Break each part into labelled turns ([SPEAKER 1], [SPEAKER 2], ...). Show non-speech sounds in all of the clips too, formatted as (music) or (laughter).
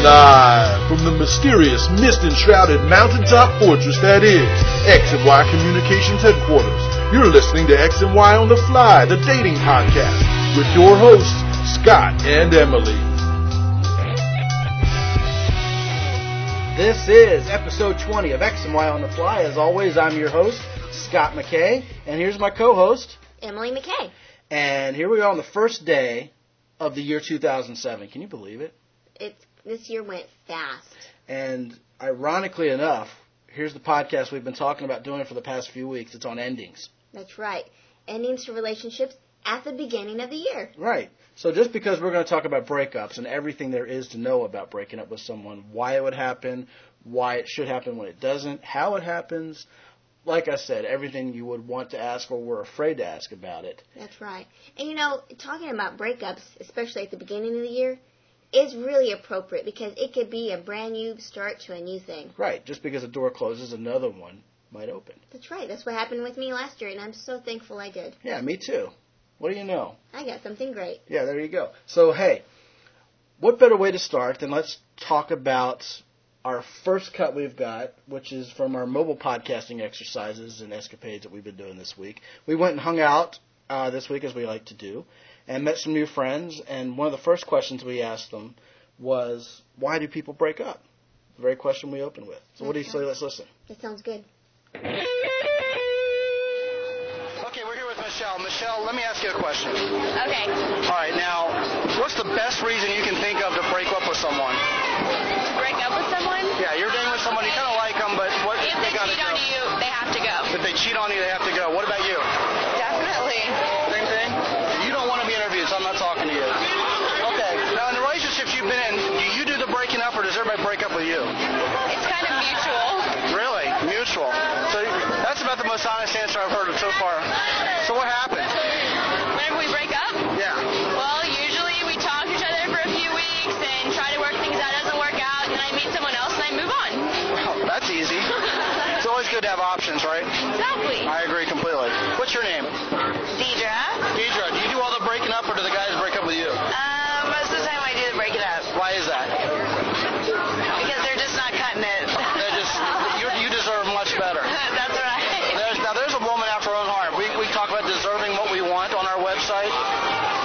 [SPEAKER 1] Live from the mysterious, mist enshrouded mountaintop fortress that is X and Y Communications Headquarters. You're listening to X and Y on the Fly, the dating podcast, with your hosts, Scott and Emily.
[SPEAKER 2] This is episode 20 of X and Y on the Fly. As always, I'm your host, Scott McKay, and here's my co host.
[SPEAKER 3] Emily McKay.
[SPEAKER 2] And here we are on the first day of the year 2007. Can you believe it?
[SPEAKER 3] It's this year went fast.
[SPEAKER 2] And ironically enough, here's the podcast we've been talking about doing for the past few weeks. It's on endings.
[SPEAKER 3] That's right. Endings to relationships at the beginning of the year.
[SPEAKER 2] Right. So just because we're going to talk about breakups and everything there is to know about breaking up with someone, why it would happen, why it should happen when it doesn't, how it happens, like I said, everything you would want to ask or were afraid to ask about it.
[SPEAKER 3] That's right. And you know, talking about breakups, especially at the beginning of the year, is really appropriate because it could be a brand new start to a new thing.
[SPEAKER 2] Right. Just because a door closes, another one might open.
[SPEAKER 3] That's right. That's what happened with me last year, and I'm so thankful I did.
[SPEAKER 2] Yeah, me too. What do you know?
[SPEAKER 3] I got something great.
[SPEAKER 2] Yeah, there you go. So, hey, what better way to start than let's talk about our first cut we've got, which is from our mobile podcasting exercises and escapades that we've been doing this week. We went and hung out uh, this week, as we like to do, and met some new friends. And one of the first questions we asked them was, Why do people break up? The very question we opened with. So, what do you say? Let's listen.
[SPEAKER 3] That sounds good.
[SPEAKER 2] Okay, we're here with Michelle. Michelle, let me ask you a question.
[SPEAKER 4] Okay.
[SPEAKER 2] All right, now, what's the best reason you can think of to break up with someone?
[SPEAKER 4] To break up with someone?
[SPEAKER 2] Yeah, you're dating with someone, you kind of like them, but what
[SPEAKER 4] If
[SPEAKER 2] they
[SPEAKER 4] they
[SPEAKER 2] gotta
[SPEAKER 4] cheat on
[SPEAKER 2] go.
[SPEAKER 4] you, they have to go.
[SPEAKER 2] If they cheat on you, they have to go. What about you?
[SPEAKER 4] Definitely.
[SPEAKER 2] Same thing? You don't want to be interviewed, so I'm not talking to you. Okay. Now, in the relationships you've been in, do you do the breaking up, or does everybody break up with you?
[SPEAKER 4] It's kind of mutual.
[SPEAKER 2] Really? Mutual. So that's about the most honest answer I've heard so far. So what happened?
[SPEAKER 4] Whenever we break up,
[SPEAKER 2] Yeah.
[SPEAKER 4] well, usually we talk to each other for a few weeks and try to work things out. Doesn't work out, and I meet someone else and I move on.
[SPEAKER 2] Well, Oh, that's easy. It's always good to have options, right?
[SPEAKER 4] Exactly.
[SPEAKER 2] I agree completely. What's your name?
[SPEAKER 4] Deidre.
[SPEAKER 2] Deidre, do you do all the breaking up, or do the guys break up with you?
[SPEAKER 4] Um, most of the time I do the breaking up
[SPEAKER 2] Why is that?
[SPEAKER 4] because they're just not cutting it.
[SPEAKER 2] They're just, you you deserve much better.
[SPEAKER 4] (laughs) That's right.
[SPEAKER 2] There's, now there's a woman after her own heart. We, we talk about deserving what we want on our website.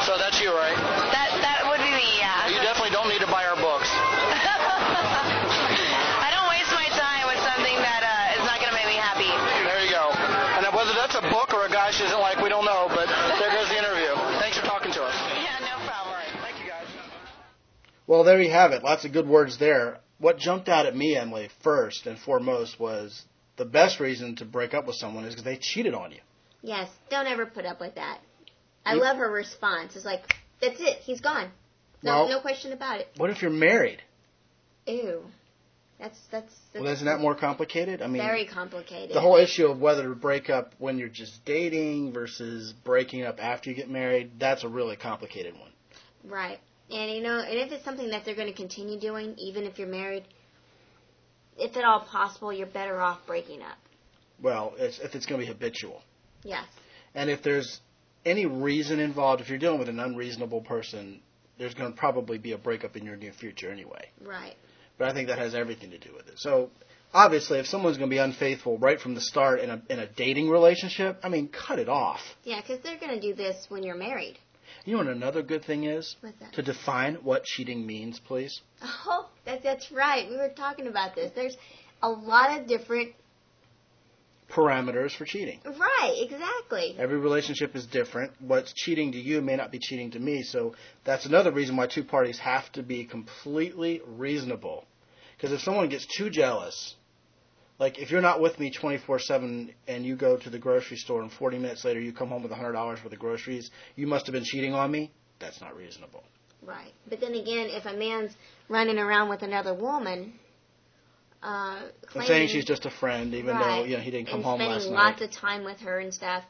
[SPEAKER 2] So that's you, right?
[SPEAKER 4] That that would be me.
[SPEAKER 2] You
[SPEAKER 4] Yeah.
[SPEAKER 2] definitely don't need to buy our books.
[SPEAKER 4] (laughs) I don't waste my time with something that uh, is not gonna make me happy.
[SPEAKER 2] There you go. And then whether that's a book or a guy she doesn't like, we don't know. But there goes the interview. Thanks for talking to us.
[SPEAKER 4] Yeah, no problem.
[SPEAKER 2] Thank you guys.
[SPEAKER 5] Well, there you have it. Lots of good words there. What jumped out at me, Emily, first and foremost was the best reason to break up with someone is because they cheated on you.
[SPEAKER 3] Yes, don't ever put up with that. I love her response. It's like, that's it. He's gone. No,
[SPEAKER 5] Well-
[SPEAKER 3] no question about it.
[SPEAKER 5] What if you're married?
[SPEAKER 3] Ew. That's that's. that's
[SPEAKER 5] Well, isn't that more complicated? I mean,
[SPEAKER 3] very complicated?
[SPEAKER 5] the whole issue of whether to break up when you're just dating versus breaking up after you get married, that's a really complicated one.
[SPEAKER 3] Right. And you know, and if it's something that they're going to continue doing, even if you're married, if at all possible, you're better off breaking up.
[SPEAKER 5] Well, it's, if it's going to be habitual.
[SPEAKER 3] Yes.
[SPEAKER 5] And if there's any reason involved, if you're dealing with an unreasonable person, there's going to probably be a breakup in your near future anyway.
[SPEAKER 3] Right.
[SPEAKER 5] but I think that has everything to do with it. So obviously, if someone's going to be unfaithful right from the start in a in a dating relationship, I mean, cut it off.
[SPEAKER 3] Yeah, because they're going to do this when you're married.
[SPEAKER 5] You know what another good thing is?
[SPEAKER 3] What's that?
[SPEAKER 5] To define what cheating means, please.
[SPEAKER 3] Oh, that, that's right. We were talking about this. There's a lot of different.
[SPEAKER 5] Parameters for cheating.
[SPEAKER 3] Right. Exactly.
[SPEAKER 5] Every relationship is different. What's cheating to you may not be cheating to me. So that's another reason why two parties have to be completely reasonable. Because if someone gets too jealous, like if you're not with me 24/7 and you go to the grocery store and 40 minutes later you come home with $100 worth of groceries, you must have been cheating on me. That's not reasonable.
[SPEAKER 3] Right. But then again, if a man's running around with another woman, uh,
[SPEAKER 5] I'm
[SPEAKER 3] claiming,
[SPEAKER 5] saying she's just a friend, even though
[SPEAKER 3] Right.
[SPEAKER 5] you know he didn't come
[SPEAKER 3] and
[SPEAKER 5] home
[SPEAKER 3] spending
[SPEAKER 5] last
[SPEAKER 3] lots
[SPEAKER 5] night.
[SPEAKER 3] of time with her and stuff.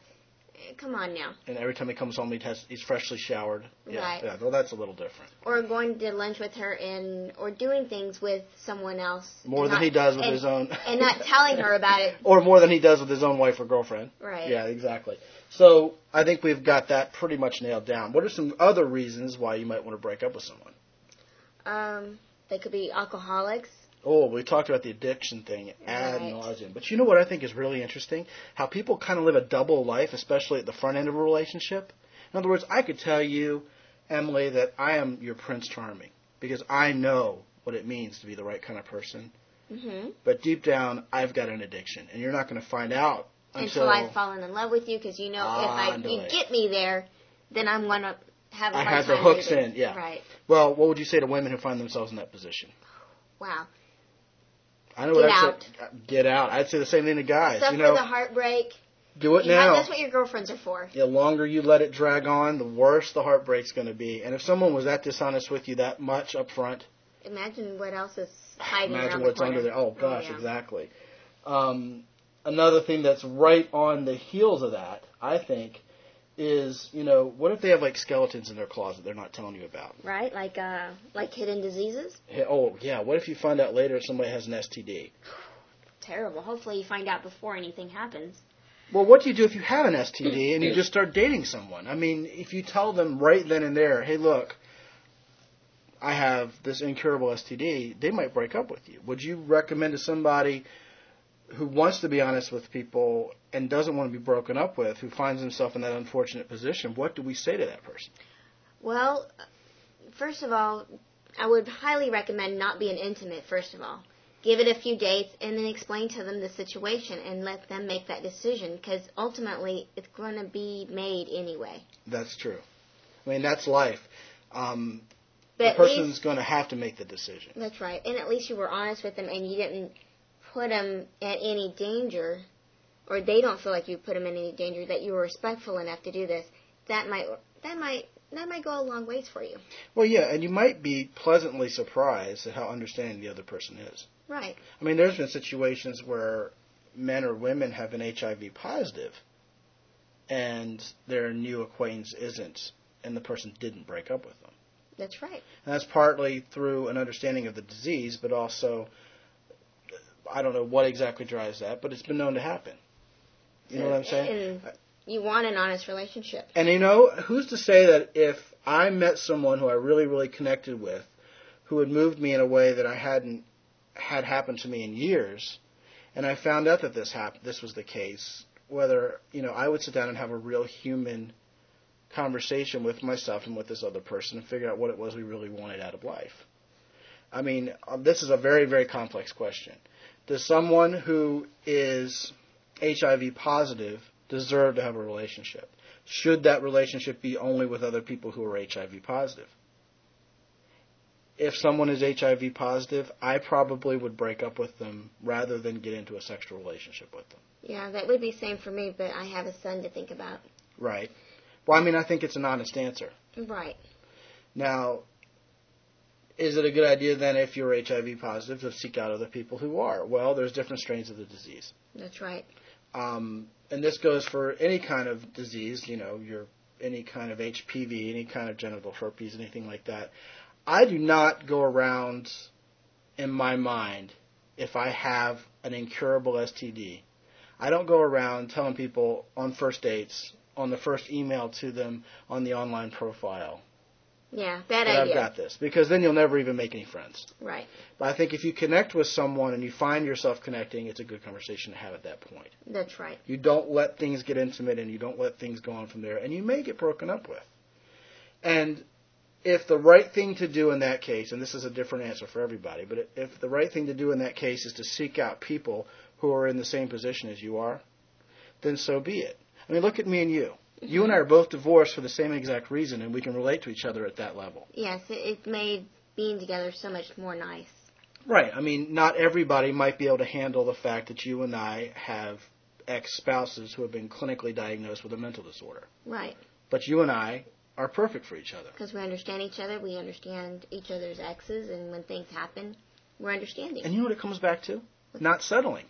[SPEAKER 3] eh, Come on now.
[SPEAKER 5] And every time he comes home, he has, he's freshly showered. Yeah,
[SPEAKER 3] Right.
[SPEAKER 5] yeah. Well, that's a little different.
[SPEAKER 3] or going to lunch with her and or doing things with someone else
[SPEAKER 5] More
[SPEAKER 3] and
[SPEAKER 5] than
[SPEAKER 3] not-
[SPEAKER 5] he does with
[SPEAKER 3] and-
[SPEAKER 5] his own.
[SPEAKER 3] and not
[SPEAKER 2] (laughs)
[SPEAKER 3] telling her about it
[SPEAKER 5] or more than he does with his own wife or girlfriend.
[SPEAKER 3] Right.
[SPEAKER 5] Yeah, exactly. So I think we've got that pretty much nailed down. What are some other reasons why you might want to break up with someone?
[SPEAKER 3] um They could be alcoholics.
[SPEAKER 2] Oh, we talked about the addiction thing ad
[SPEAKER 3] Right.
[SPEAKER 2] nauseum. But you know what I think is really interesting? How people kind of live a double life, especially at the front end of a relationship. In other words, I could tell you, Emily, that I am your Prince Charming because I know what it means to be the right kind of person.
[SPEAKER 3] Mm-hmm.
[SPEAKER 2] But deep down, I've got an addiction, and you're not going to find out until,
[SPEAKER 3] Until, I've fallen in love with you, because you know
[SPEAKER 2] Ah,
[SPEAKER 3] if I
[SPEAKER 2] no
[SPEAKER 3] you
[SPEAKER 2] way.
[SPEAKER 3] get me there, then I'm gonna have a
[SPEAKER 2] I
[SPEAKER 3] hard
[SPEAKER 2] have the
[SPEAKER 3] time
[SPEAKER 2] hooks
[SPEAKER 3] leaving.
[SPEAKER 2] in, yeah.
[SPEAKER 3] Right.
[SPEAKER 2] Well, what would you say to women who find themselves in that position?
[SPEAKER 3] Wow.
[SPEAKER 2] I know
[SPEAKER 3] Get
[SPEAKER 2] what I'd say. Get out. I'd say the same thing to guys.
[SPEAKER 3] Suffer
[SPEAKER 2] you know,
[SPEAKER 3] the heartbreak.
[SPEAKER 2] do it
[SPEAKER 3] You know,
[SPEAKER 2] now.
[SPEAKER 3] that's what your girlfriends are for.
[SPEAKER 2] the longer you let it drag on, the worse the heartbreak's going to be. And if someone was that dishonest with you that much up front,
[SPEAKER 3] Imagine what else is hiding
[SPEAKER 2] imagine
[SPEAKER 3] around
[SPEAKER 2] what's
[SPEAKER 3] the corner.
[SPEAKER 2] under there. Oh gosh,
[SPEAKER 3] yeah.
[SPEAKER 2] exactly. Um, another thing that's right on the heels of that, I think, is you know what if they have like skeletons in their closet they're not telling you about?
[SPEAKER 3] Right? Like uh, like hidden diseases.
[SPEAKER 2] Hey, oh yeah, what if you find out later somebody has an STD?
[SPEAKER 3] Terrible. Hopefully, you find out before anything happens.
[SPEAKER 2] Well, what do you do if you have an STD and you just start dating someone? I mean, if you tell them right then and there, hey, look, I have this incurable STD, they might break up with you. Would you recommend to somebody who wants to be honest with people and doesn't want to be broken up with, who finds himself in that unfortunate position, what do we say to that person?
[SPEAKER 3] Well, first of all, I would highly recommend not being intimate, first of all. Give it a few dates and then explain to them the situation and let them make that decision because ultimately it's going to be made anyway.
[SPEAKER 2] That's true. I mean, that's life. Um,
[SPEAKER 3] But
[SPEAKER 2] the
[SPEAKER 3] at
[SPEAKER 2] person's
[SPEAKER 3] least,
[SPEAKER 2] going to have to make the decision.
[SPEAKER 3] that's right. And at least you were honest with them and you didn't put them at any danger or they don't feel like you put them in any danger that you were respectful enough to do this. That might that might that might go a long ways for you.
[SPEAKER 2] Well, yeah, and you might be pleasantly surprised at how understanding the other person is.
[SPEAKER 3] Right.
[SPEAKER 2] I mean, there's been situations where men or women have been HIV positive, and their new acquaintance isn't, and the person didn't break up with them.
[SPEAKER 3] That's right.
[SPEAKER 2] And that's partly through an understanding of the disease, but also, I don't know what exactly drives that, but it's been known to happen. You know what I'm saying?
[SPEAKER 3] And you want an honest relationship.
[SPEAKER 2] And you know, who's to say that if I met someone who I really, really connected with, who had moved me in a way that I hadn't had happen to me in years, and I found out that this hap- this was the case, whether you know I would sit down and have a real human conversation with myself and with this other person and figure out what it was we really wanted out of life. I mean, uh, this is a very, very complex question. Does someone who is HIV positive deserve to have a relationship? should that relationship be only with other people who are HIV positive? If someone is HIV positive, I probably would break up with them rather than get into a sexual relationship with them.
[SPEAKER 3] Yeah, that would be same for me, but I have a son to think about.
[SPEAKER 2] Right. Well, I mean, I think it's an honest answer.
[SPEAKER 3] Right.
[SPEAKER 2] Now, is it a good idea then if you're HIV positive to seek out other people who are? Well, there's different strains of the disease.
[SPEAKER 3] That's right.
[SPEAKER 2] um, and this goes for any kind of disease, you know, your any kind of HPV, any kind of genital herpes, anything like that. I do not go around in my mind if I have an incurable STD. I don't go around telling people on first dates, on the first email to them, on the online profile
[SPEAKER 3] Yeah,
[SPEAKER 2] that
[SPEAKER 3] bad
[SPEAKER 2] I've
[SPEAKER 3] idea.
[SPEAKER 2] got this, because then you'll never even make any friends.
[SPEAKER 3] Right.
[SPEAKER 2] But I think if you connect with someone and you find yourself connecting, it's a good conversation to have at that point.
[SPEAKER 3] That's right.
[SPEAKER 2] You don't let things get intimate and you don't let things go on from there, and you may get broken up with. And if the right thing to do in that case, and this is a different answer for everybody, but if the right thing to do in that case is to seek out people who are in the same position as you are, then so be it. I mean, look at me and you. You and I are both divorced for the same exact reason, and we can relate to each other at that level.
[SPEAKER 3] Yes, it, it made being together so much more nice.
[SPEAKER 2] Right. I mean, not everybody might be able to handle the fact that you and I have ex spouses who have been clinically diagnosed with a mental disorder.
[SPEAKER 3] Right.
[SPEAKER 2] but you and I are perfect for each other.
[SPEAKER 3] Because we understand each other, we understand each other's exes, and when things happen, we're understanding.
[SPEAKER 2] And you know what it comes back to? Not settling.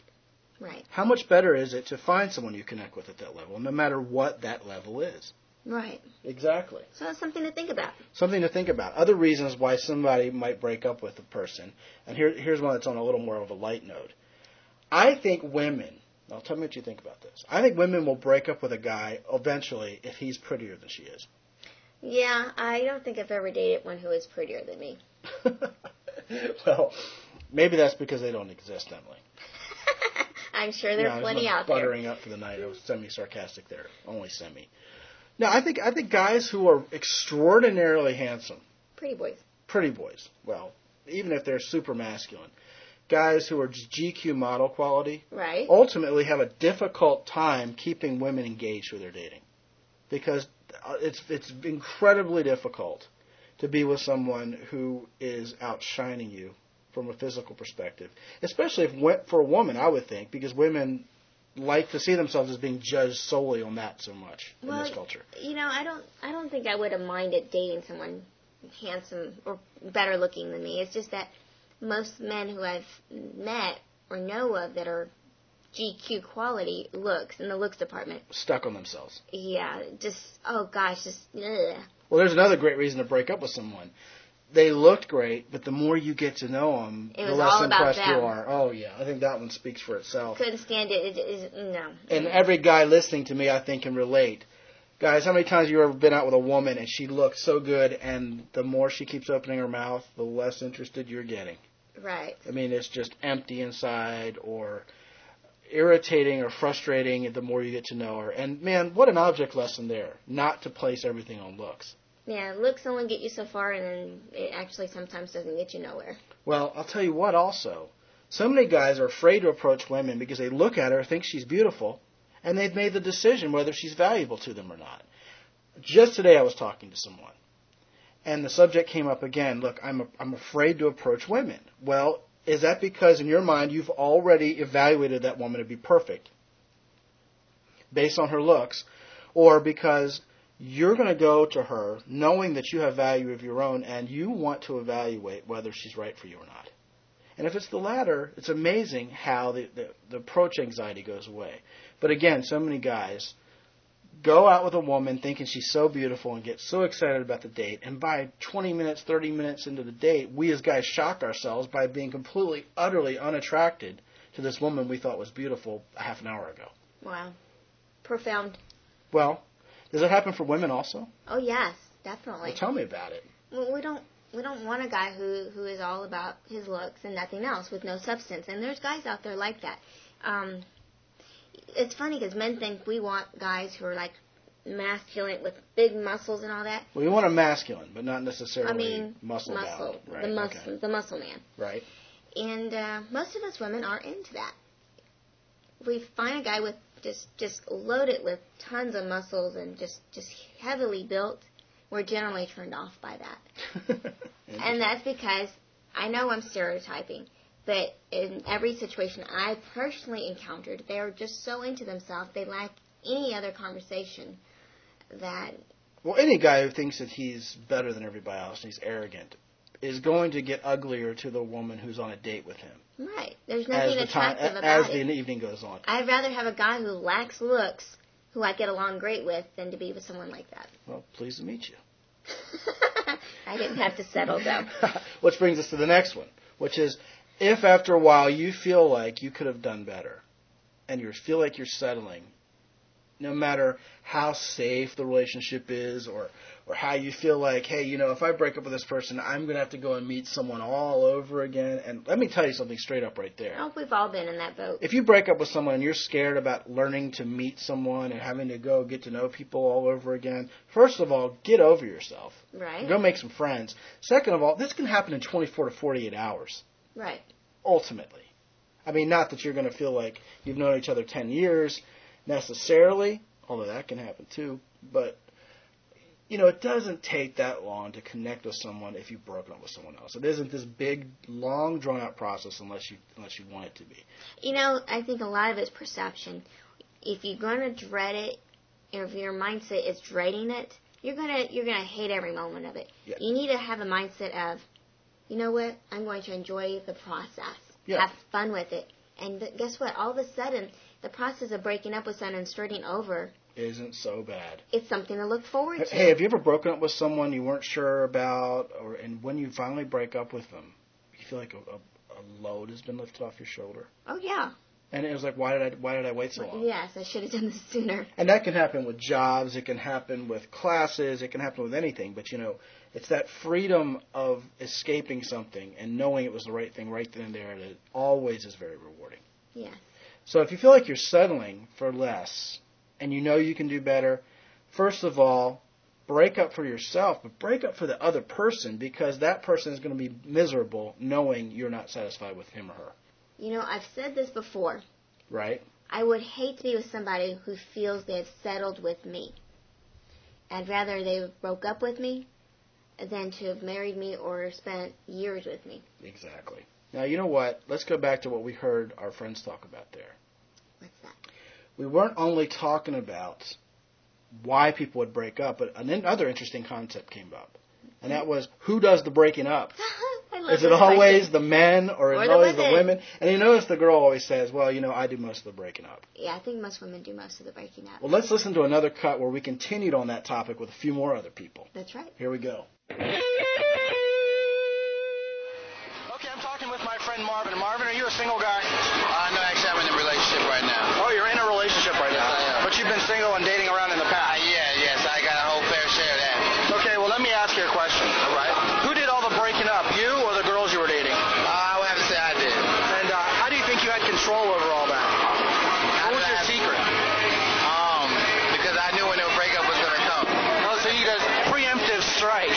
[SPEAKER 3] right.
[SPEAKER 2] How much better is it to find someone you connect with at that level, no matter what that level is?
[SPEAKER 3] Right.
[SPEAKER 2] Exactly.
[SPEAKER 3] So it's something to think about.
[SPEAKER 2] Something to think about. Other reasons why somebody might break up with a person, and here, here's one that's on a little more of a light note. I think women, now tell me what you think about this. I think women will break up with a guy eventually if he's prettier than she is. (laughs)
[SPEAKER 3] Yeah, I don't think I've ever dated one who is prettier than me.
[SPEAKER 2] well, maybe that's because they don't exist, Emily.
[SPEAKER 3] (laughs) I'm sure there
[SPEAKER 2] Yeah, I
[SPEAKER 3] are
[SPEAKER 2] was
[SPEAKER 3] plenty
[SPEAKER 2] not
[SPEAKER 3] out there.
[SPEAKER 2] buttering up for the night. I was semi-sarcastic there, only semi. No, I think I think guys who are extraordinarily handsome,
[SPEAKER 3] Pretty boys.
[SPEAKER 2] pretty boys. Well, even if they're super masculine, guys who are just GQ model quality
[SPEAKER 3] Right.
[SPEAKER 2] ultimately have a difficult time keeping women engaged who they're dating because uh, it's it's incredibly difficult to be with someone who is outshining you from a physical perspective, especially if wo- for a woman, I would think, because women like to see themselves as being judged solely on that so much in
[SPEAKER 3] Well,
[SPEAKER 2] this culture.
[SPEAKER 3] You know, I don't I don't think I would have minded dating someone handsome or better looking than me. It's just that most men who I've met or know of that are GQ quality looks in the looks department.
[SPEAKER 2] Stuck on themselves.
[SPEAKER 3] Yeah, just oh gosh, just ugh.
[SPEAKER 2] Well, there's another great reason to break up with someone. They looked great, but the more you get to know them,
[SPEAKER 3] It
[SPEAKER 2] the
[SPEAKER 3] was
[SPEAKER 2] less
[SPEAKER 3] all about
[SPEAKER 2] impressed you
[SPEAKER 3] them.
[SPEAKER 2] are. Oh yeah, I think that one speaks for itself.
[SPEAKER 3] couldn't stand it. It is no.
[SPEAKER 2] and every guy listening to me, I think, can relate. Guys, how many times have you ever been out with a woman and she looked so good, and the more she keeps opening her mouth, the less interested you're getting?
[SPEAKER 3] right.
[SPEAKER 2] I mean, it's just empty inside or irritating or frustrating the more you get to know her. And man, what an object lesson there, not to place everything on looks.
[SPEAKER 3] Yeah, looks only get you so far, and then it actually sometimes doesn't get you nowhere.
[SPEAKER 2] Well, I'll tell you what, also, so many guys are afraid to approach women because they look at her, think she's beautiful, and they've made the decision whether she's valuable to them or not. Just today, I was talking to someone, and the subject came up again. Look, I'm a, I'm afraid to approach women. Well, is that because in your mind you've already evaluated that woman to be perfect based on her looks, or because you're going to go to her knowing that you have value of your own and you want to evaluate whether she's right for you or not. And if it's the latter, it's amazing how the, the, the approach anxiety goes away. But again, so many guys go out with a woman thinking she's so beautiful and get so excited about the date. And by 20 minutes, 30 minutes into the date, we as guys shock ourselves by being completely, utterly unattracted to this woman we thought was beautiful a half an hour ago.
[SPEAKER 3] Wow, profound.
[SPEAKER 2] Well, does that happen for women also?
[SPEAKER 3] Oh yes, definitely.
[SPEAKER 2] Well, tell me about it.
[SPEAKER 3] Well, we don't we don't want a guy who who is all about his looks and nothing else with no substance. And there's guys out there like that. Um, it's funny because men think we want guys who are like masculine with big muscles and all that.
[SPEAKER 2] Well, you want a masculine, but not necessarily
[SPEAKER 3] I mean,
[SPEAKER 2] muscle bound. Right.
[SPEAKER 3] the muscle,
[SPEAKER 2] okay.
[SPEAKER 3] the muscle man.
[SPEAKER 2] Right. (laughs)
[SPEAKER 3] And uh, most of us women are into that. We find a guy with just just loaded with tons of muscles and just just heavily built. We're generally turned off by that. And that's because I know I'm stereotyping, but in every situation I personally encountered, they are just so into themselves, they lack any other conversation that,
[SPEAKER 2] well, any guy who thinks that he's better than everybody else and he's arrogant is going to get uglier to the woman who's on a date with him
[SPEAKER 3] right, there's
[SPEAKER 2] as
[SPEAKER 3] nothing
[SPEAKER 2] the time
[SPEAKER 3] attractive
[SPEAKER 2] a-
[SPEAKER 3] about
[SPEAKER 2] as
[SPEAKER 3] it.
[SPEAKER 2] the evening goes on.
[SPEAKER 3] I'd rather have a guy who lacks looks, who I get along great with, than to be with someone like that. (laughs)
[SPEAKER 2] Well, pleased to meet you.
[SPEAKER 3] I didn't have to
[SPEAKER 2] (laughs)
[SPEAKER 3] settle, though.
[SPEAKER 2] which brings us to the next one, which is if after a while you feel like you could have done better and you feel like you're settling, no matter how safe the relationship is or or how you feel like, hey, you know, if I break up with this person, I'm going to have to go and meet someone all over again. And let me tell you something straight up right there.
[SPEAKER 3] I hope we've all been in that boat.
[SPEAKER 2] If you break up with someone and you're scared about learning to meet someone and having to go get to know people all over again, first of all, get over yourself.
[SPEAKER 3] Right?
[SPEAKER 2] Go make some friends. Second of all, this can happen in 24 to 48 hours,
[SPEAKER 3] Right.
[SPEAKER 2] ultimately. I mean, not that you're going to feel like you've known each other 10 years necessarily, although that can happen too, but, you know, it doesn't take that long to connect with someone if you've broken up with someone else. It isn't this big, long, drawn out process unless you, unless you want it to be.
[SPEAKER 3] You know, I think a lot of it's perception. If you're gonna dread it, or if your mindset is dreading it, you're gonna you're gonna hate every moment of it.
[SPEAKER 2] Yeah.
[SPEAKER 3] You need to have a mindset of, you know what? I'm going to enjoy the process.
[SPEAKER 2] Yeah.
[SPEAKER 3] Have fun with it. And th- guess what? All of a sudden, the process of breaking up with someone and starting over,
[SPEAKER 2] Isn't so bad.
[SPEAKER 3] it's something to look forward to.
[SPEAKER 2] Hey, have you ever broken up with someone you weren't sure about, or and when you finally break up with them, you feel like a, a, a load has been lifted off your shoulder?
[SPEAKER 3] oh yeah.
[SPEAKER 2] And it was like, why did I why did I wait so long?
[SPEAKER 3] Yes, I should have done this sooner.
[SPEAKER 2] And that can happen with jobs, it can happen with classes, it can happen with anything, but you know, it's that freedom of escaping something and knowing it was the right thing right then and there that always is very rewarding.
[SPEAKER 3] Yes.
[SPEAKER 2] So if you feel like you're settling for less and you know you can do better, first of all, break up for yourself, but break up for the other person because that person is going to be miserable knowing you're not satisfied with him or her,
[SPEAKER 3] You know, I've said this before.
[SPEAKER 2] right?
[SPEAKER 3] I would hate to be with somebody who feels they've settled with me. I'd rather they broke up with me than to have married me or spent years with me.
[SPEAKER 2] Exactly. Now, you know what? Let's go back to what we heard our friends talk about there.
[SPEAKER 3] What's that? (laughs)
[SPEAKER 2] We weren't only talking about why people would break up, but another interesting concept came up. And that was who does the breaking up?
[SPEAKER 3] (gasps) I love
[SPEAKER 2] Is it
[SPEAKER 3] this question.
[SPEAKER 2] always the men or is
[SPEAKER 3] Or
[SPEAKER 2] it
[SPEAKER 3] the
[SPEAKER 2] always the
[SPEAKER 3] women.
[SPEAKER 2] women? And you notice the girl always says, well, you know, I do most of the breaking up.
[SPEAKER 3] Yeah, I think most women do most of the breaking up.
[SPEAKER 2] Well, let's listen to another cut where we continued on that topic with a few more other people.
[SPEAKER 3] That's right.
[SPEAKER 2] Here we go.
[SPEAKER 6] Okay, I'm talking with my friend Marvin. Marvin, are you a single guy?
[SPEAKER 7] Uh, no, actually, I'm in a relationship right now.
[SPEAKER 6] Oh, you're in a relationship right now.
[SPEAKER 7] Yes, I am.
[SPEAKER 6] But you've been single and dating around in the
[SPEAKER 7] Uh,
[SPEAKER 6] past.
[SPEAKER 7] yeah, yes, I got a whole fair share of that.
[SPEAKER 6] Okay, well, let me ask you a question.
[SPEAKER 7] All right.
[SPEAKER 6] Who did all the breaking up, you or the girls you were dating?
[SPEAKER 7] Uh, I would have to say I did.
[SPEAKER 6] And uh, how do you think you had control over all that?
[SPEAKER 7] How
[SPEAKER 6] What was
[SPEAKER 7] did
[SPEAKER 6] your
[SPEAKER 7] I-
[SPEAKER 6] secret?
[SPEAKER 7] Um, because I knew when the breakup was gonna come.
[SPEAKER 6] Oh, so you guys, preemptive strike.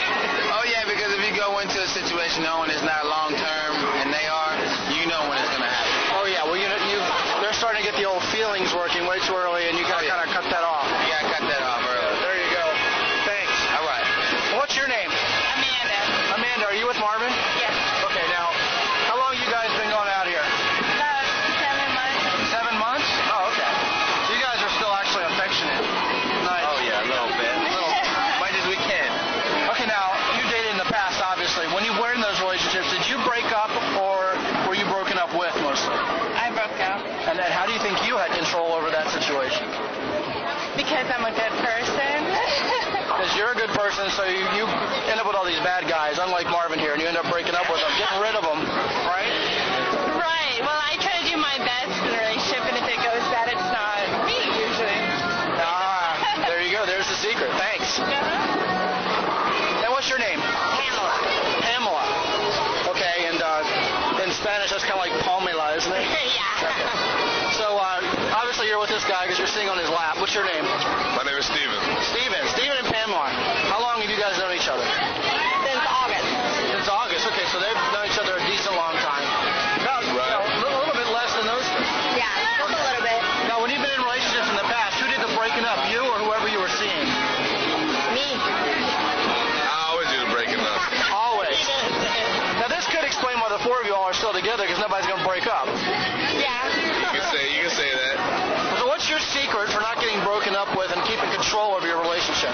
[SPEAKER 7] Oh yeah, because if you go into a situation knowing it's not long term, and they are, you know when it's gonna happen.
[SPEAKER 6] Oh, yeah, well, you know, you, they're starting to get the old feelings working way too early, and you got to
[SPEAKER 7] Oh, yeah.
[SPEAKER 6] kind of cut that off.
[SPEAKER 7] You gotta cut that off early.
[SPEAKER 6] There you go. Thanks.
[SPEAKER 7] All right.
[SPEAKER 6] What's your name?
[SPEAKER 4] Amanda.
[SPEAKER 6] Amanda, are you with Marvin?
[SPEAKER 4] Yes.
[SPEAKER 6] Okay, now, how long you guys been going out here?
[SPEAKER 4] About seven months.
[SPEAKER 6] Seven months? Oh, okay. So you guys are still actually affectionate. Nice.
[SPEAKER 7] Oh yeah, a little bit, a little,
[SPEAKER 4] (laughs)
[SPEAKER 7] much as we can.
[SPEAKER 6] Okay, now, you dated in the past, obviously. When you were in those relationships, did you break up or were you broken up with mostly?
[SPEAKER 4] I broke up
[SPEAKER 6] And then how do you think you had control over that situation?
[SPEAKER 4] because I'm a good person. (laughs)
[SPEAKER 6] Because you're a good person, so you, you end up with all these bad guys, unlike Marvin here, and you end up breaking up with them, getting rid of them, right?
[SPEAKER 4] right. Well, I try to do my best in a relationship, and if it goes bad, it's not me usually. (laughs)
[SPEAKER 6] Ah, there you go. There's the secret. Thanks.
[SPEAKER 4] Yeah.
[SPEAKER 6] And what's your name?
[SPEAKER 4] Pamela.
[SPEAKER 6] Pamela. Okay, and uh, in Spanish, that's kind of like Pamela, isn't (laughs) it?
[SPEAKER 4] yeah.
[SPEAKER 6] So uh, obviously you're with this guy because you're sitting on his lap. What's your name?
[SPEAKER 1] My name is Steven.
[SPEAKER 6] Steven. Steven and Pamela. How long have you guys known each other?
[SPEAKER 4] Since August.
[SPEAKER 6] Since August. Okay, so they've known each other a decent long time. Now, you
[SPEAKER 1] Right.
[SPEAKER 6] know, a little, a little bit less than those things.
[SPEAKER 4] Yeah, just a little bit.
[SPEAKER 6] Now, when you've been in relationships in the past, who did the breaking up? You or whoever you were seeing?
[SPEAKER 1] I always do the breaking up.
[SPEAKER 6] Always. Now, this could explain why the four of you all are still together because nobody's going to break up.
[SPEAKER 1] You can say you can say that.
[SPEAKER 6] So what's your secret for not getting broken up with and keeping control over your relationship?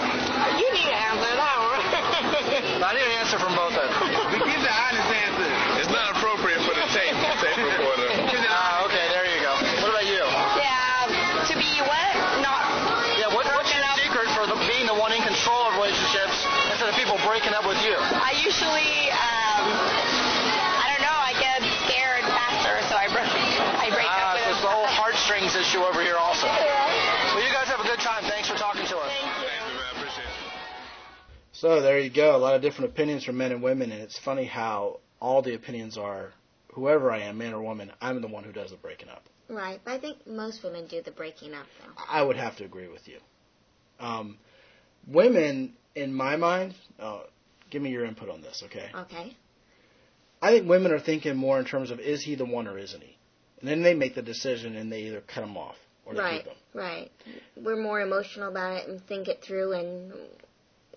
[SPEAKER 4] You need to answer that one.
[SPEAKER 6] I need an answer from both of you.
[SPEAKER 7] We give the honest answer.
[SPEAKER 1] It's not appropriate for the tape tape recorder.
[SPEAKER 6] (laughs) Ah, okay, there you go. What about you?
[SPEAKER 4] yeah, to be what? Not.
[SPEAKER 6] Yeah, what, what's your secret for the, being the one in control of relationships instead of people breaking up with you?
[SPEAKER 4] I usually, um, I don't know, I get scared faster, so I break, I break up
[SPEAKER 6] Ah, so
[SPEAKER 4] with
[SPEAKER 6] it's the whole heartstrings issue over here also.
[SPEAKER 4] Yeah.
[SPEAKER 6] Well, you guys have a good time. Thanks for talking to us.
[SPEAKER 1] Thank you, man. I appreciate it.
[SPEAKER 2] So there you go. A lot of different opinions from men and women, and it's funny how all the opinions are whoever I am, man or woman, I'm the one who does the breaking up.
[SPEAKER 3] Right, but I think most women do the breaking up though.
[SPEAKER 2] I would have to agree with you. Um, women, in my mind, uh, give me your input on this, okay?
[SPEAKER 3] Okay.
[SPEAKER 2] I think women are thinking more in terms of is he the one or isn't he? And then they make the decision and they either cut him off or they
[SPEAKER 3] Right,
[SPEAKER 2] keep him.
[SPEAKER 3] right. We're more emotional about it and think it through, and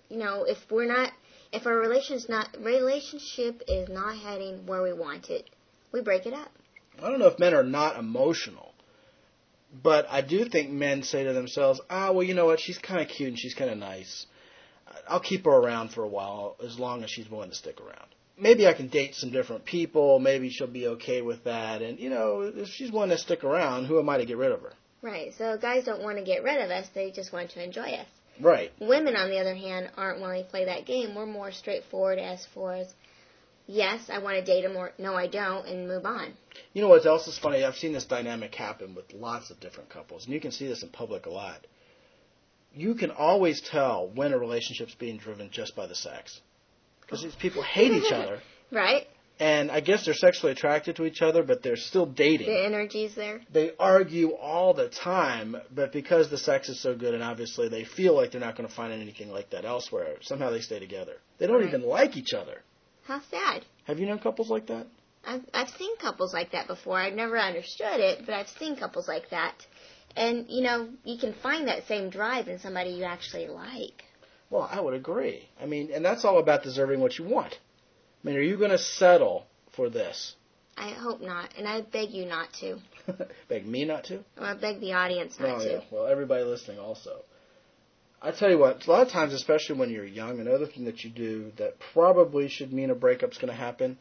[SPEAKER 3] you know, if we're not, if our relation's not relationship is not heading where we want it, we break it up.
[SPEAKER 2] I don't know if men are not emotional, but I do think men say to themselves, ah, well, you know what? She's kind of cute and she's kind of nice. I'll keep her around for a while as long as she's willing to stick around. Maybe I can date some different people. Maybe she'll be okay with that. And, you know, if she's willing to stick around, who am I to get rid of her?
[SPEAKER 3] Right. So guys don't want to get rid of us; they just want to enjoy us.
[SPEAKER 2] Right.
[SPEAKER 3] Women, on the other hand, aren't willing to play that game. We're more straightforward as far as yes, I want to date him, or no, I don't, and move on.
[SPEAKER 2] You know what else is funny? I've seen this dynamic happen with lots of different couples, and you can see this in public a lot. You can always tell when a relationship's being driven just by the sex. Because these people hate each other,
[SPEAKER 3] Right?
[SPEAKER 2] and I guess they're sexually attracted to each other, but they're still dating.
[SPEAKER 3] The energy's there.
[SPEAKER 2] they argue all the time, but because the sex is so good and obviously they feel like they're not going to find anything like that elsewhere, somehow they stay together. They don't
[SPEAKER 3] Right.
[SPEAKER 2] even like each other.
[SPEAKER 3] How sad.
[SPEAKER 2] Have you known couples like that?
[SPEAKER 3] I've, I've seen couples like that before. I've never understood it, but I've seen couples like that. And, you know, you can find that same drive in somebody you actually like.
[SPEAKER 2] Well, I would agree. I mean, and that's all about deserving what you want. I mean, are you going to settle for this? (laughs)
[SPEAKER 3] I hope not, and I beg you not to.
[SPEAKER 2] Beg me not to?
[SPEAKER 3] Or I beg the audience not
[SPEAKER 2] oh,
[SPEAKER 3] to.
[SPEAKER 2] yeah. Well, everybody listening also. I tell you what, a lot of times, especially when you're young, another thing that you do that probably should mean a breakup's going to happen,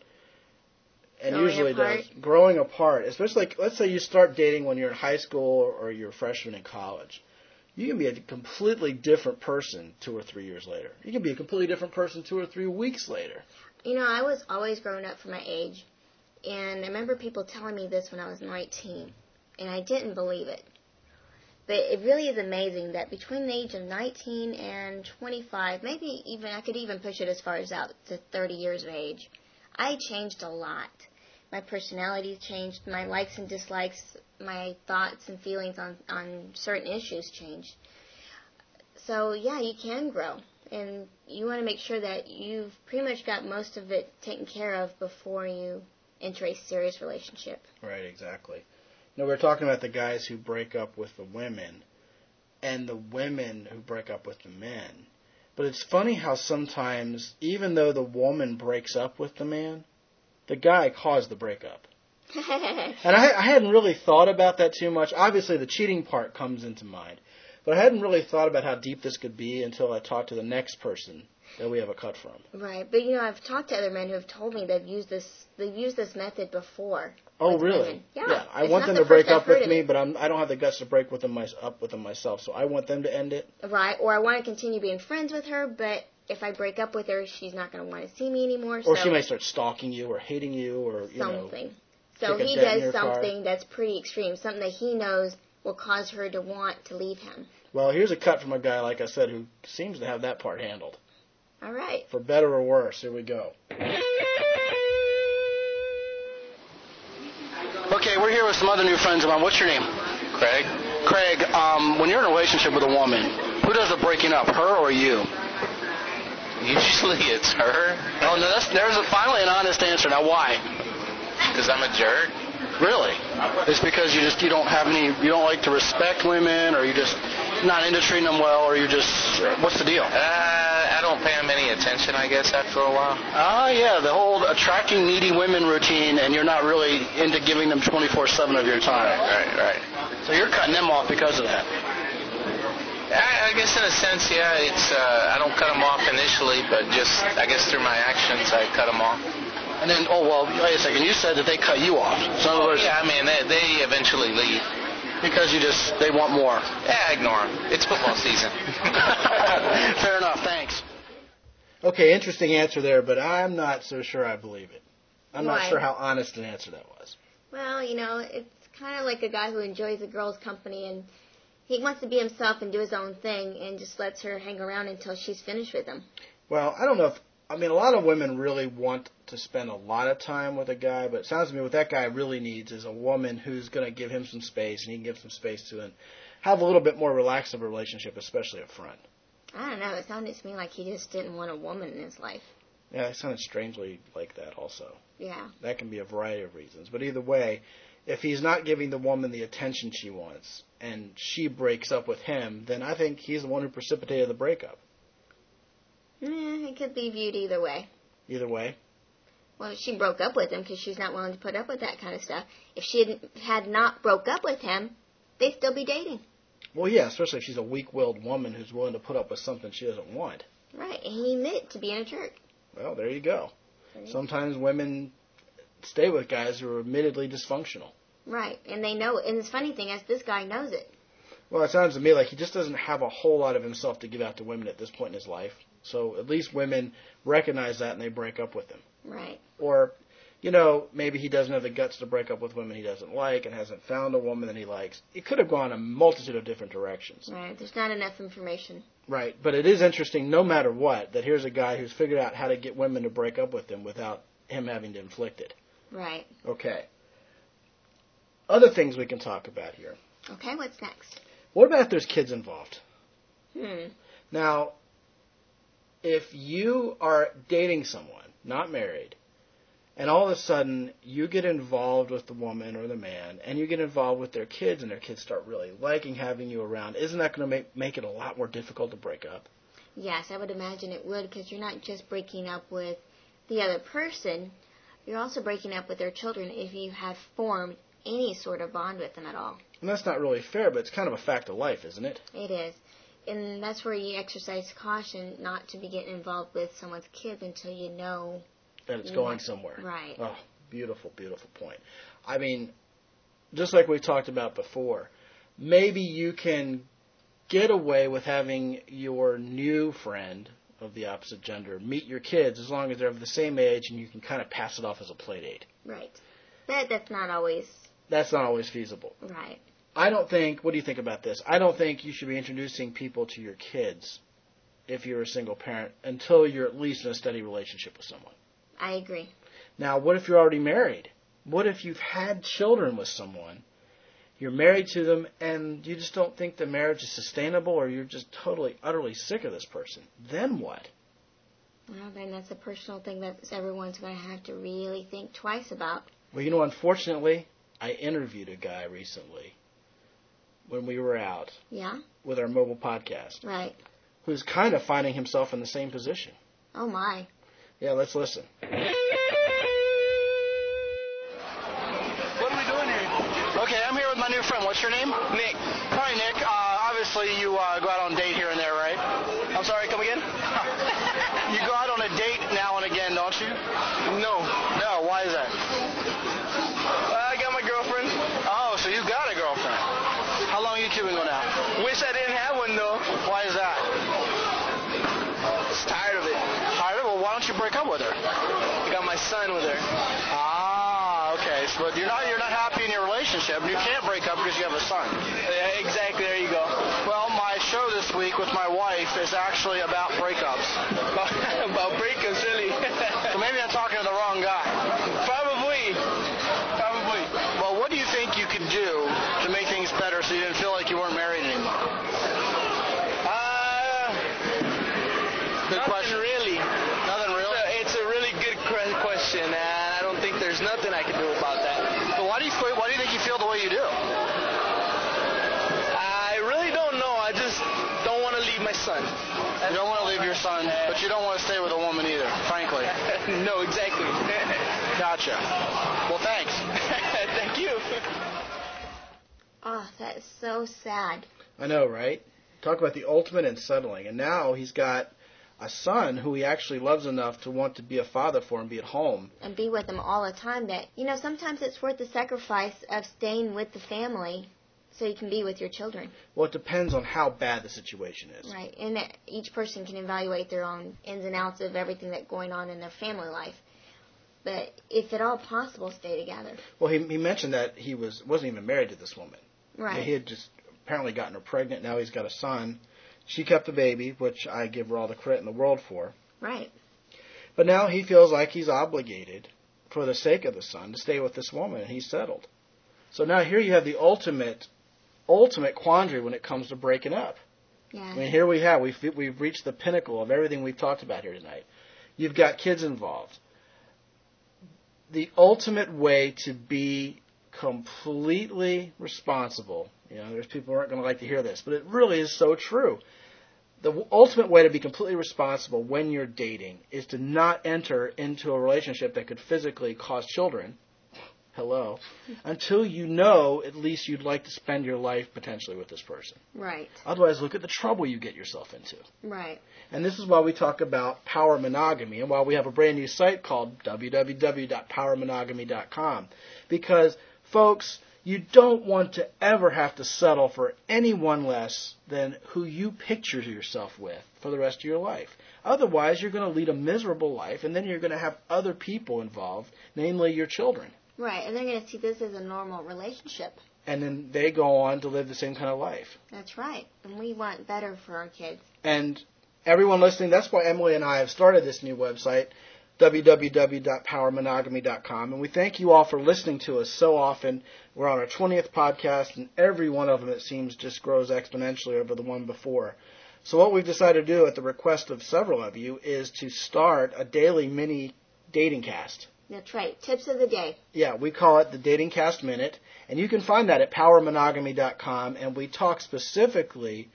[SPEAKER 2] and
[SPEAKER 3] Growing
[SPEAKER 2] usually
[SPEAKER 3] apart.
[SPEAKER 2] does, growing apart, especially like, let's say you start dating when you're in high school or you're a freshman in college. You can be a completely different person two or three years later. You can be a completely different person two or three weeks later.
[SPEAKER 3] You know, I was always growing up for my age, and I remember people telling me this when I was 19, and I didn't believe it. But it really is amazing that between the age of 19 and 25, maybe even I could even push it as far as out to 30 years of age, I changed a lot. My personality changed, my likes and dislikes, my thoughts and feelings on, on certain issues changed. So, yeah, you can grow and you want to make sure that you've pretty much got most of it taken care of before you enter a
[SPEAKER 2] (laughs)
[SPEAKER 3] serious relationship.
[SPEAKER 2] Right, exactly. No, we we're talking about the guys who break up with the women and the women who break up with the men. But it's funny how sometimes, even though the woman breaks up with the man, the guy caused the breakup. And I, I hadn't really thought about that too much. Obviously, the cheating part comes into mind. But I hadn't really thought about how deep this could be until I talked to the next person that we have a cut from.
[SPEAKER 3] right, but you know, I've talked to other men who have told me they've used this they've used this method before.
[SPEAKER 2] Oh,
[SPEAKER 3] with
[SPEAKER 2] really?
[SPEAKER 3] women. Yeah.
[SPEAKER 2] I
[SPEAKER 3] It's
[SPEAKER 2] want
[SPEAKER 3] not
[SPEAKER 2] them
[SPEAKER 3] the
[SPEAKER 2] to break
[SPEAKER 3] first I've
[SPEAKER 2] up
[SPEAKER 3] heard
[SPEAKER 2] with
[SPEAKER 3] of
[SPEAKER 2] me,
[SPEAKER 3] it.
[SPEAKER 2] but I'm, I don't have the guts to break with them my, up with them myself. So I want them to end it.
[SPEAKER 3] Right, or I want to continue being friends with her, but if I break up with her, she's not going to want to see me anymore.
[SPEAKER 2] Or
[SPEAKER 3] so
[SPEAKER 2] she may start stalking you or hating you or you
[SPEAKER 3] something.
[SPEAKER 2] know.
[SPEAKER 3] so
[SPEAKER 2] kick a
[SPEAKER 3] he
[SPEAKER 2] dent in your
[SPEAKER 3] does
[SPEAKER 2] car.
[SPEAKER 3] something that's pretty extreme, something that he knows will cause her to want to leave him.
[SPEAKER 2] Well, here's a cut from a guy like I said who seems to have that part handled.
[SPEAKER 3] All right.
[SPEAKER 2] For better or worse, here we go.
[SPEAKER 6] Okay, we're here with some other new friends of mine. What's your name? Craig. Craig, um, when you're in a relationship with a woman, who does the breaking up, her or you?
[SPEAKER 8] Usually it's her,
[SPEAKER 6] Oh, no, that's, there's a, finally an honest answer. Now, why?
[SPEAKER 8] because I'm a jerk.
[SPEAKER 6] Really? It's because you just you don't have any, you don't like to respect women, or you just not into treating them well, or you just, what's the deal?
[SPEAKER 8] Uh, I don't pay him any attention, I guess, after a while.
[SPEAKER 6] Ah, yeah, the whole attracting needy women routine, and you're not really into giving them 24/7 of your time.
[SPEAKER 8] Right, right.
[SPEAKER 6] So you're cutting them off because of that.
[SPEAKER 8] I, I guess in a sense, yeah, it's, uh, I don't cut him off initially, but just, I guess through my actions, I cut him off.
[SPEAKER 6] And then, oh well, wait a second. You said that they cut you off. So in other words,
[SPEAKER 8] Oh, Yeah, I mean, they, they eventually leave.
[SPEAKER 6] because you just they want more.
[SPEAKER 8] Yeah, I ignore him. It's football season.
[SPEAKER 6] (laughs)
[SPEAKER 8] (laughs)
[SPEAKER 6] Fair enough. Thanks.
[SPEAKER 2] Okay, interesting answer there, but I'm not so sure I believe it. I'm not
[SPEAKER 3] Why?
[SPEAKER 2] sure how honest an answer that was.
[SPEAKER 3] Well, you know, it's kind of like a guy who enjoys a girl's company and he wants to be himself and do his own thing and just lets her hang around until she's finished with him.
[SPEAKER 2] Well, I don't know if I mean a lot of women really want to spend a lot of time with a guy, but it sounds to me what that guy really needs is a woman who's going to give him some space and he can give some space to and have a little bit more relaxed of a relationship, especially up front.
[SPEAKER 3] I don't know. It sounded to me like he just didn't want a woman in his life.
[SPEAKER 2] Yeah, that sounded strangely like that also.
[SPEAKER 3] Yeah.
[SPEAKER 2] That can be a variety of reasons, but either way, if he's not giving the woman the attention she wants and she breaks up with him, then I think he's the one who precipitated the breakup.
[SPEAKER 3] Mm, it could be viewed either way.
[SPEAKER 2] Either way,
[SPEAKER 3] Well, she broke up with him because she's not willing to put up with that kind of stuff. If she hadn't- had not broke up with him, they'd still be dating.
[SPEAKER 2] well, yeah, especially if she's a weak-willed woman who's willing to put up with something she doesn't want.
[SPEAKER 3] Right. And he admitted to being a jerk.
[SPEAKER 2] Well, there you go. Sometimes women stay with guys who are admittedly dysfunctional.
[SPEAKER 3] Right. And they know it. And the funny thing is, this guy knows it.
[SPEAKER 2] Well, it sounds to me like he just doesn't have a whole lot of himself to give out to women at this point in his life. So at least women recognize that and they break up with him.
[SPEAKER 3] Right.
[SPEAKER 2] Or, you know, maybe he doesn't have the guts to break up with women he doesn't like and hasn't found a woman that he likes. It could have gone a multitude of different directions.
[SPEAKER 3] Right. There's not enough information.
[SPEAKER 2] Right. But it is interesting, no matter what, that here's a guy who's figured out how to get women to break up with him without him having to inflict it.
[SPEAKER 3] Right.
[SPEAKER 2] Okay. Other things we can talk about here.
[SPEAKER 3] Okay, what's next?
[SPEAKER 2] What about if there's kids involved?
[SPEAKER 3] Hmm.
[SPEAKER 2] Now, if you are dating someone, not married, and all of a sudden you get involved with the woman or the man, and you get involved with their kids, and their kids start really liking having you around, isn't that going to make, make it a lot more difficult to break up?
[SPEAKER 3] Yes, I would imagine it would because you're not just breaking up with the other person, you're also breaking up with their children if you have formed any sort of bond with them at all.
[SPEAKER 2] And that's not really fair, but it's kind of a fact of life, isn't it?
[SPEAKER 3] It is. And that's where you exercise caution not to be getting involved with someone's kids until you know.
[SPEAKER 2] That it's
[SPEAKER 3] Yeah.
[SPEAKER 2] going somewhere.
[SPEAKER 3] Right.
[SPEAKER 2] Oh, beautiful, beautiful point. I mean, just like we talked about before, maybe you can get away with having your new friend of the opposite gender meet your kids as long as they're of the same age and you can kind of pass it off as a play date.
[SPEAKER 3] Right. But that's not always
[SPEAKER 2] That's not always feasible.
[SPEAKER 3] right.
[SPEAKER 2] I don't think, what do you think about this? I don't think you should be introducing people to your kids if you're a single parent until you're at least in a steady relationship with someone.
[SPEAKER 3] I agree.
[SPEAKER 2] Now, what if you're already married? What if you've had children with someone? You're married to them and you just don't think the marriage is sustainable or you're just totally, utterly sick of this person. Then what?
[SPEAKER 3] Well, then that's a personal thing that everyone's going to have to really think twice about.
[SPEAKER 2] Well, you know, unfortunately, I interviewed a guy recently when we were out
[SPEAKER 3] Yeah?
[SPEAKER 2] with our mobile podcast
[SPEAKER 3] Right.
[SPEAKER 2] who's kind of finding himself in the same position.
[SPEAKER 3] Oh, my.
[SPEAKER 2] Yeah, let's listen.
[SPEAKER 6] What are we doing here? Okay, I'm here with my new friend. What's your name? Nick. Hi, Nick. Uh, obviously, you uh, go out on date here and there, right? I'm sorry, come (laughs) again? you go out on a date now and again, don't you? No. No, why is that? Uh, I got my girlfriend. Oh, so you got a girlfriend. How long you two been going out? Wish I didn't have one, though. Why is that? Just tired of it. Tired of it? Well, why don't you break up with her? I got my son with her. Ah, okay. So, but you're not you're not happy in your relationship. You can't break up because you have a son. Yeah, exactly. There you go. Well, my show this week with my wife is actually about breakups. (laughs) about breakups, really? (laughs) so maybe I'm talking to the wrong guy. Probably. Probably. Well, what do you think you could do to make things better so you didn't feel like you weren't married anymore? Uh, Good question. really. Nothing really? It's a, really good question, and I don't think there's nothing I can do about that. But why do you, feel- why do you think you feel the way you do? I really don't know. I just don't want to leave my son. You don't want to leave your son, but you don't want to stay with a woman either, frankly. (laughs) no, exactly. gotcha. Well, thanks. (laughs) Thank you.
[SPEAKER 3] Oh, that is so sad.
[SPEAKER 2] I know, right? Talk about the ultimate in settling. And now he's got a son who he actually loves enough to want to be a father for and be at home.
[SPEAKER 3] And be with them all the time. That, you know, sometimes it's worth the sacrifice of staying with the family so you can be with your children.
[SPEAKER 2] Well, it depends on how bad the situation is.
[SPEAKER 3] Right, and that each person can evaluate their own ins and outs of everything that's going on in their family life. But if at all possible, stay together.
[SPEAKER 2] Well, he, he mentioned that he was wasn't even married to this woman.
[SPEAKER 3] Right.
[SPEAKER 2] He had just apparently gotten her pregnant. Now he's got a son. She kept the baby, which I give her all the credit in the world for.
[SPEAKER 3] Right.
[SPEAKER 2] But now he feels like he's obligated, for the sake of the son, to stay with this woman, and he's settled. So now here you have the ultimate, ultimate quandary when it comes to breaking up.
[SPEAKER 3] Yeah.
[SPEAKER 2] I mean, here we have we've we've reached the pinnacle of everything we've talked about here tonight. You've got kids involved. The ultimate way to be completely responsible. You know, there's people who aren't going to like to hear this, but it really is so true. The w- ultimate way to be completely responsible when you're dating is to not enter into a relationship that could physically cause children. Hello. Until you know at least you'd like to spend your life potentially with this person.
[SPEAKER 3] Right.
[SPEAKER 2] Otherwise, look at the trouble you get yourself into.
[SPEAKER 3] Right.
[SPEAKER 2] And this is why we talk about power monogamy and why we have a brand new site called www.powermonogamy.com. Because, folks, You don't want to ever have to settle for anyone less than who you picture yourself with for the rest of your life. Otherwise, you're going to lead a miserable life, and then you're going to have other people involved, namely your children.
[SPEAKER 3] Right, and they're going to see this as a normal relationship.
[SPEAKER 2] And then they go on to live the same kind of life.
[SPEAKER 3] That's right. And we want better for our kids.
[SPEAKER 2] And everyone listening, that's why Emily and I have started this new website, www.powermonogamy.com. And we thank you all for listening to us so often. We're on our 20th podcast, and every one of them, it seems, just grows exponentially over the one before. So, what we've decided to do at the request of several of you is to start a daily mini dating cast.
[SPEAKER 3] That's right. Tips of the day.
[SPEAKER 2] Yeah, we call it the Dating Cast Minute, and you can find that at powermonogamy.com. And we talk specifically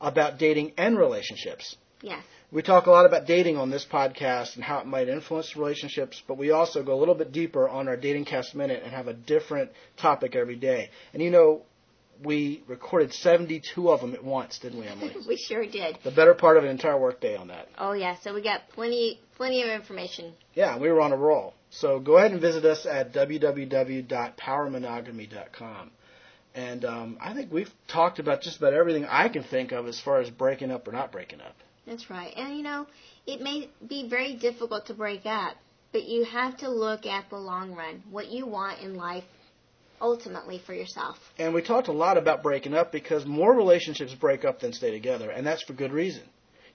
[SPEAKER 2] about dating and relationships.
[SPEAKER 3] Yes.
[SPEAKER 2] We talk a lot about dating on this podcast and how it might influence relationships, but we also go a little bit deeper on our Dating Cast Minute and have a different topic every day. And you know, we recorded 72 of them at once, didn't we, Emily?
[SPEAKER 3] We sure did.
[SPEAKER 2] the better part of an entire workday on that.
[SPEAKER 3] Oh yeah, so we got plenty plenty of information.
[SPEAKER 2] Yeah, we were on a roll. So go ahead and visit us at www.powermonogamy.com. And um, I think we've talked about just about everything I can think of as far as breaking up or not breaking up.
[SPEAKER 3] That's right. And you know, it may be very difficult to break up, but you have to look at the long run, what you want in life ultimately for yourself.
[SPEAKER 2] And we talked a lot about breaking up because more relationships break up than stay together, and that's for good reason.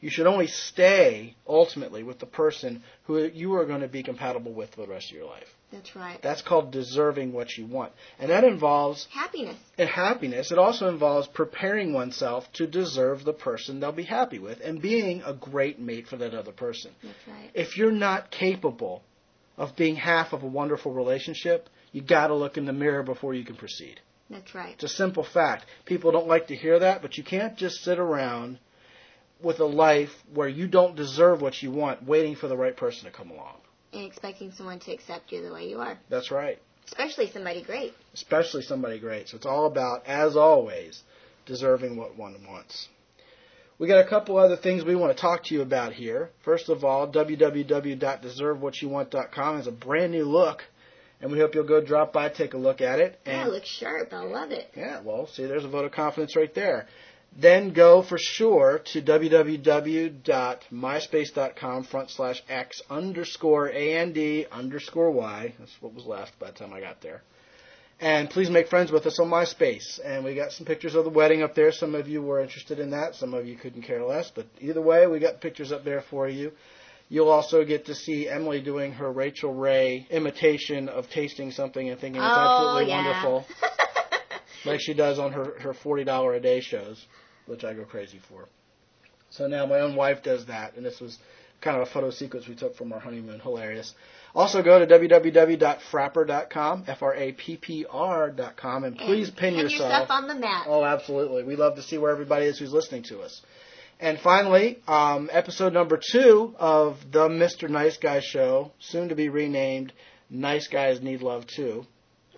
[SPEAKER 2] You should only stay ultimately with the person who you are going to be compatible with for the rest of your life.
[SPEAKER 3] That's right.
[SPEAKER 2] That's called deserving what you want. And that involves
[SPEAKER 3] Happiness.
[SPEAKER 2] and happiness, it also involves preparing oneself to deserve the person they'll be happy with and being a great mate for that other person.
[SPEAKER 3] That's right.
[SPEAKER 2] If you're not capable of being half of a wonderful relationship, you got to look in the mirror before you can proceed.
[SPEAKER 3] That's right.
[SPEAKER 2] It's a simple fact. People don't like to hear that, but you can't just sit around with a life where you don't deserve what you want, waiting for the right person to come along.
[SPEAKER 3] And expecting someone to accept you the way you are,
[SPEAKER 2] That's right.
[SPEAKER 3] especially somebody great.
[SPEAKER 2] Especially somebody great. So it's all about, as always, deserving what one wants. We got a couple other things we want to talk to you about here. First of all, www.deservewhatyouwant.com is a brand new look, and we hope you'll go drop by, take a look at it.
[SPEAKER 3] Yeah,
[SPEAKER 2] And
[SPEAKER 3] it looks sharp. I love it.
[SPEAKER 2] Yeah, well, see, there's a vote of confidence right there. Then go for sure to www.myspace.com front slash x underscore and underscore y. That's what was left by the time I got there. And please make friends with us on MySpace. And we got some pictures of the wedding up there. Some of you were interested in that. Some of you couldn't care less. But either way, we got pictures up there for you. You'll also get to see Emily doing her Rachel Ray imitation of tasting something and thinking it's
[SPEAKER 3] Oh,
[SPEAKER 2] absolutely wonderful
[SPEAKER 3] (laughs)
[SPEAKER 2] like she does on her, her forty dollar a day shows, which I go crazy for. So now my own wife does that, and this was kind of a photo sequence we took from our honeymoon. Hilarious. Also go to www.frapper.com, F-R-A-P-P-R dot com, and please pin
[SPEAKER 3] Pin
[SPEAKER 2] yourself.
[SPEAKER 3] yourself on the map.
[SPEAKER 2] Oh, absolutely. We love to see where everybody is who's listening to us. And finally, um, episode number two of the Mr. Nice Guy Show, soon to be renamed Nice Guys Need Love Too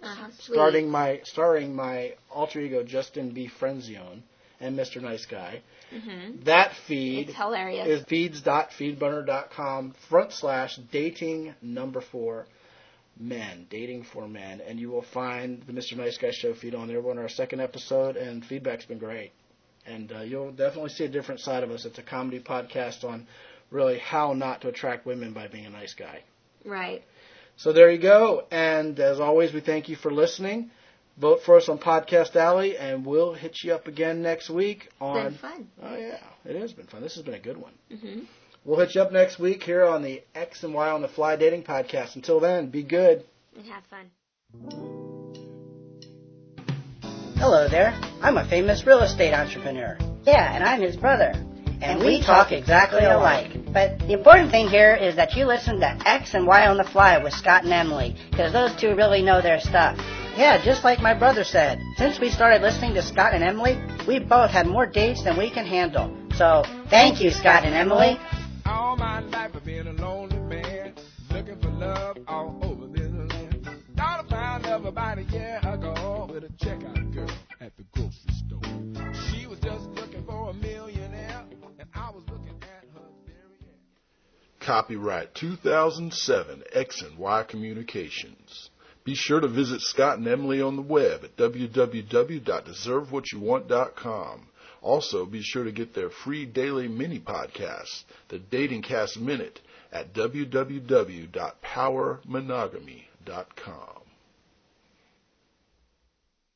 [SPEAKER 3] Uh-huh, sweet.
[SPEAKER 2] starting my starring my alter ego Justin B. Frenzione and Mr. Nice Guy. That feed
[SPEAKER 3] It's Mm-hmm. hilarious.
[SPEAKER 2] is feeds.feedburner.com front slash dating number four men dating for men and you will find the Mr. Nice Guy show feed on there. We're on our second episode and feedback's been great. And uh, you'll definitely see a different side of us. It's a comedy podcast on really how not to attract women by being a nice guy.
[SPEAKER 3] right.
[SPEAKER 2] So there you go. And as always, we thank you for listening. Vote for us on Podcast Alley, and we'll hit you up again next week on.
[SPEAKER 3] Been fun.
[SPEAKER 2] Oh yeah, it has been fun. This has been a good one.
[SPEAKER 3] Mhm.
[SPEAKER 2] We'll hit you up next week here on the X and Y on the Fly Dating Podcast. Until then, be good.
[SPEAKER 3] And have fun.
[SPEAKER 9] Hello there. I'm a famous real estate entrepreneur. Yeah, and I'm his brother. And, we, talk, exactly alike. But the important thing here is that you listen to X and Y on the Fly with Scott and Emily, because those two really know their stuff. Yeah, just like my brother said, since we started listening to Scott and Emily, we've both had more dates than we can handle. So, thank you, Scott and Emily.
[SPEAKER 10] All my life I've been a lonely man, looking for love all over this land. Thought I found love about a year ago with a checkout girl at the grocery store. She was just looking for a millionaire, and I was looking at her very end.
[SPEAKER 1] Copyright 2007 X and Y Communications. Be sure to visit Scott and Emily on the web at www.deservewhatyouwant.com. Also, be sure to get their free daily mini podcast, The Dating Cast Minute, at www.powermonogamy.com.